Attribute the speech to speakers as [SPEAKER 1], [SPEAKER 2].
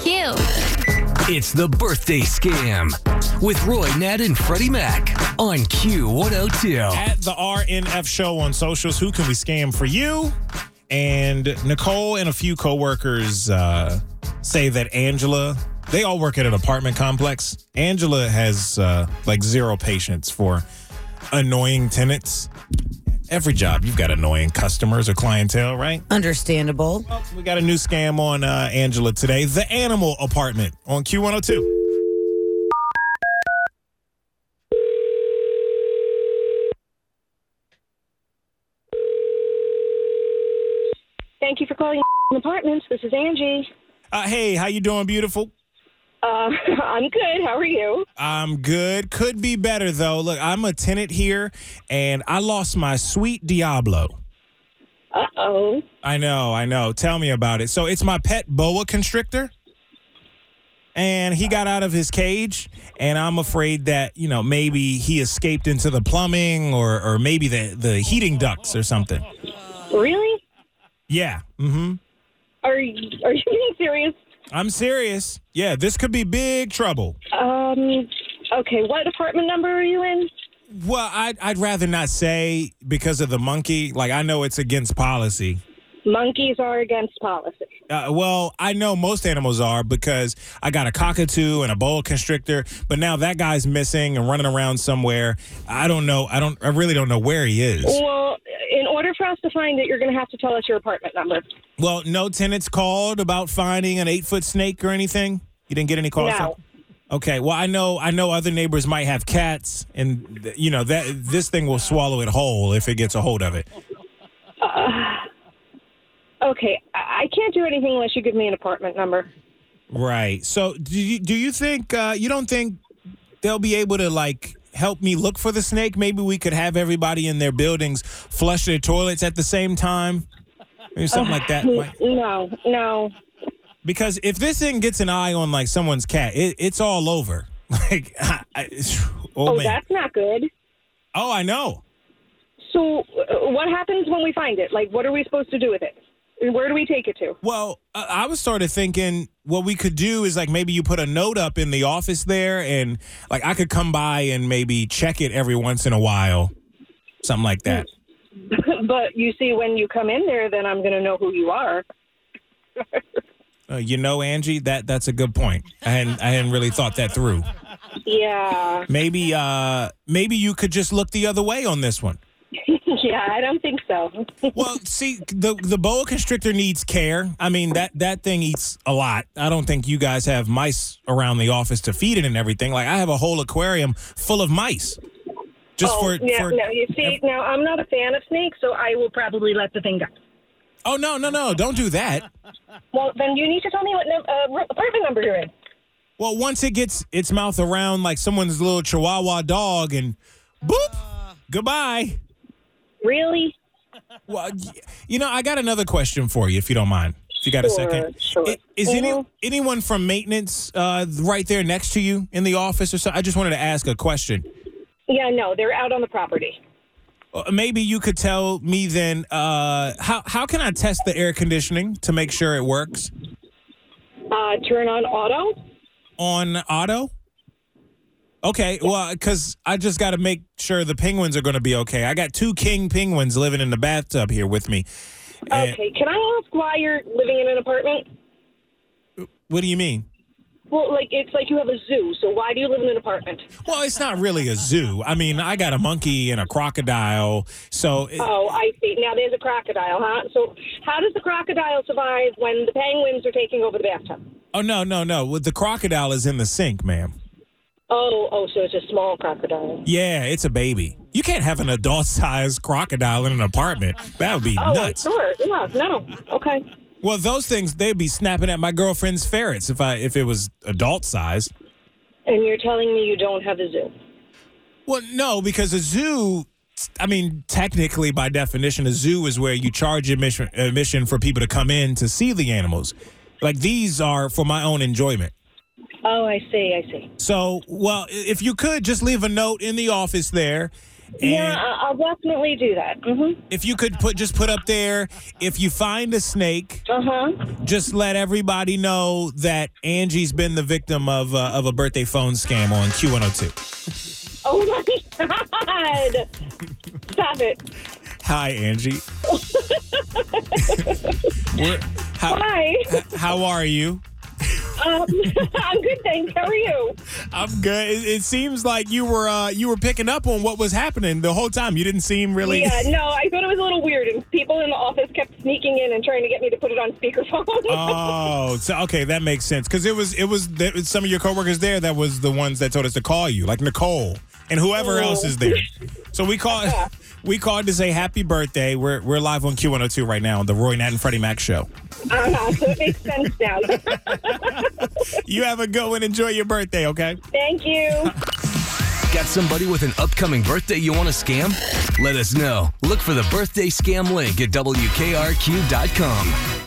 [SPEAKER 1] cute.
[SPEAKER 2] It's the birthday scam with Roy, Nat, and Freddie Mac on Q102.
[SPEAKER 3] at the RNF show on socials. Who can we scam for you? And Nicole and a few coworkers uh, say that Angela. They all work at an apartment complex. Angela has uh, like zero patience for annoying tenants. Every job, you've got annoying customers or clientele, right?
[SPEAKER 4] Understandable.
[SPEAKER 3] Well, we got a new scam on uh, Angela today. The Animal Apartment on Q102.
[SPEAKER 5] Thank you for calling Apartments. This is Angie.
[SPEAKER 3] Uh, hey, how you doing, beautiful?
[SPEAKER 5] Uh, I'm good. How are you?
[SPEAKER 3] I'm good. Could be better though. Look, I'm a tenant here, and I lost my sweet Diablo.
[SPEAKER 5] Uh oh.
[SPEAKER 3] I know, I know. Tell me about it. So it's my pet boa constrictor, and he got out of his cage, and I'm afraid that you know maybe he escaped into the plumbing or or maybe the the heating ducts or something.
[SPEAKER 5] Really?
[SPEAKER 3] Yeah. Mm-hmm.
[SPEAKER 5] Are you, are you being serious?
[SPEAKER 3] I'm serious. Yeah, this could be big trouble.
[SPEAKER 5] Um, okay. What apartment number are you in?
[SPEAKER 3] Well, I'd, I'd rather not say because of the monkey. Like, I know it's against policy.
[SPEAKER 5] Monkeys are against policy.
[SPEAKER 3] Uh, well, I know most animals are because I got a cockatoo and a boa constrictor, but now that guy's missing and running around somewhere. I don't know. I don't. I really don't know where he is.
[SPEAKER 5] Well, in order for us to find it, you're going to have to tell us your apartment number.
[SPEAKER 3] Well, no tenants called about finding an eight foot snake or anything. You didn't get any calls.
[SPEAKER 5] No.
[SPEAKER 3] Okay. Well, I know. I know other neighbors might have cats, and th- you know that this thing will swallow it whole if it gets a hold of it.
[SPEAKER 5] Uh, Okay. I I can't do anything unless you give me an apartment number.
[SPEAKER 3] Right. So, do you do you think uh, you don't think they'll be able to like help me look for the snake? Maybe we could have everybody in their buildings flush their toilets at the same time, maybe something like
[SPEAKER 5] Oh,
[SPEAKER 3] that. Like-
[SPEAKER 5] No, no.
[SPEAKER 3] Because if this thing gets an eye on like someone's cat, it, it's all over. Like, I, I- oh,
[SPEAKER 5] Oh,
[SPEAKER 3] man.
[SPEAKER 5] that's not good.
[SPEAKER 3] oh, I know.
[SPEAKER 5] So, uh, what happens when we find it? Like, what are we supposed to do with it? Where do we take it to?
[SPEAKER 3] Well, uh, I was sort of thinking what we could do is like maybe you put a note up in the office there, and like I could come by and maybe check it every once in a while, something like that.
[SPEAKER 5] but you see, when you come in there, then I'm going to know who you are.
[SPEAKER 3] Uh, you know, Angie, that that's a good point. I hadn't, I hadn't really thought that through.
[SPEAKER 5] Yeah,
[SPEAKER 3] Maybe uh, maybe you could just look the other way on this one.
[SPEAKER 5] yeah, I don't think so.
[SPEAKER 3] Well, see, the the boa constrictor needs care. I mean that that thing eats a lot. I don't think you guys have mice around the office to feed it and everything. Like I have a whole aquarium full of mice, just
[SPEAKER 5] oh,
[SPEAKER 3] for
[SPEAKER 5] yeah,
[SPEAKER 3] for.
[SPEAKER 5] no, you see, now I'm not a fan of snakes, so I will probably let the thing go.
[SPEAKER 3] Oh no no no! Don't do that.
[SPEAKER 5] Well, then you need to tell me what num- uh, r- apartment number you're in.
[SPEAKER 3] Well, once it gets its mouth around like someone's little Chihuahua dog, and boop, goodbye.
[SPEAKER 5] Really?
[SPEAKER 3] Well, y- you know, I got another question for you, if you don't mind. If you got a
[SPEAKER 5] Sure,
[SPEAKER 3] second,
[SPEAKER 5] sure.
[SPEAKER 3] I- is any
[SPEAKER 5] Mhm.
[SPEAKER 3] anyone from maintenance uh, right there next to you in the office or so? I just wanted to ask a question.
[SPEAKER 5] Yeah, no, they're out on the property.
[SPEAKER 3] Uh, Maybe you could tell me then uh, how how can I test the air conditioning to make sure it works
[SPEAKER 5] Uh, turn on auto.
[SPEAKER 3] on auto? Okay, well, because I just got to make sure the penguins are going to be okay. I got two king penguins living in the bathtub here with me. And-
[SPEAKER 5] Okay, can I ask why you're living in an apartment?
[SPEAKER 3] what do you mean?
[SPEAKER 5] Well, like it's like you have a zoo, so why do you live in an apartment?
[SPEAKER 3] Well, it's not really a zoo. I mean, I got a monkey and a crocodile. So, it-
[SPEAKER 5] Oh, I see. Now there's a crocodile, huh? So how does the crocodile survive when the penguins are taking over the bathtub?
[SPEAKER 3] oh no, no, no. Well, The crocodile is in the sink, ma'am.
[SPEAKER 5] Oh, oh, so it's a small crocodile.
[SPEAKER 3] Yeah, it's a baby. You can't have an adult-sized crocodile in an apartment. That would be
[SPEAKER 5] Oh,
[SPEAKER 3] nuts.
[SPEAKER 5] sure. Yeah, no. Okay.
[SPEAKER 3] Well, those things they'd be snapping at my girlfriend's ferrets if I if it was adult-sized.
[SPEAKER 5] And you're telling me you don't have a zoo.
[SPEAKER 3] Well, no, because a zoo. I mean, technically, by definition, a zoo is where you charge admission admission for people to come in to see the animals. Like these are for my own enjoyment.
[SPEAKER 5] Oh, I see. I see.
[SPEAKER 3] So, well, i- if you could just leave a note in the office there And
[SPEAKER 5] yeah, I- Uh, I'll definitely do that. Mm-hmm.
[SPEAKER 3] if you could put just put up there, if you find a snake,
[SPEAKER 5] Uh huh.
[SPEAKER 3] just let everybody know that Angie's been the victim of uh, of a birthday phone scam on Q102.
[SPEAKER 5] Oh my God. Stop it.
[SPEAKER 3] Hi, Angie. We're- how,
[SPEAKER 5] Hi.
[SPEAKER 3] how are you?
[SPEAKER 5] Um, I'm good, thanks. How are you?
[SPEAKER 3] I'm good. It, it seems like you were uh, you were picking up on what was happening the whole time. You didn't seem really.
[SPEAKER 5] Yeah, no, I thought it was a little weird, and people in the office kept sneaking in and trying to get me to put it on speakerphone.
[SPEAKER 3] Oh, so okay, that makes sense. Because it was it was th- some of your coworkers there that was the ones that told us to call you, like Nicole and whoever
[SPEAKER 5] Oh.
[SPEAKER 3] else is there. So we called we called to say happy birthday. We're we're live on Q102 right now on the Roy Nat and Freddie Mac show.
[SPEAKER 5] uh-huh, so it makes sense now.
[SPEAKER 3] You have a good one. Enjoy your birthday, okay?
[SPEAKER 5] Thank you.
[SPEAKER 2] Got somebody with an upcoming birthday you want to scam? Let us know. Look for the birthday scam link at WKRQ.com.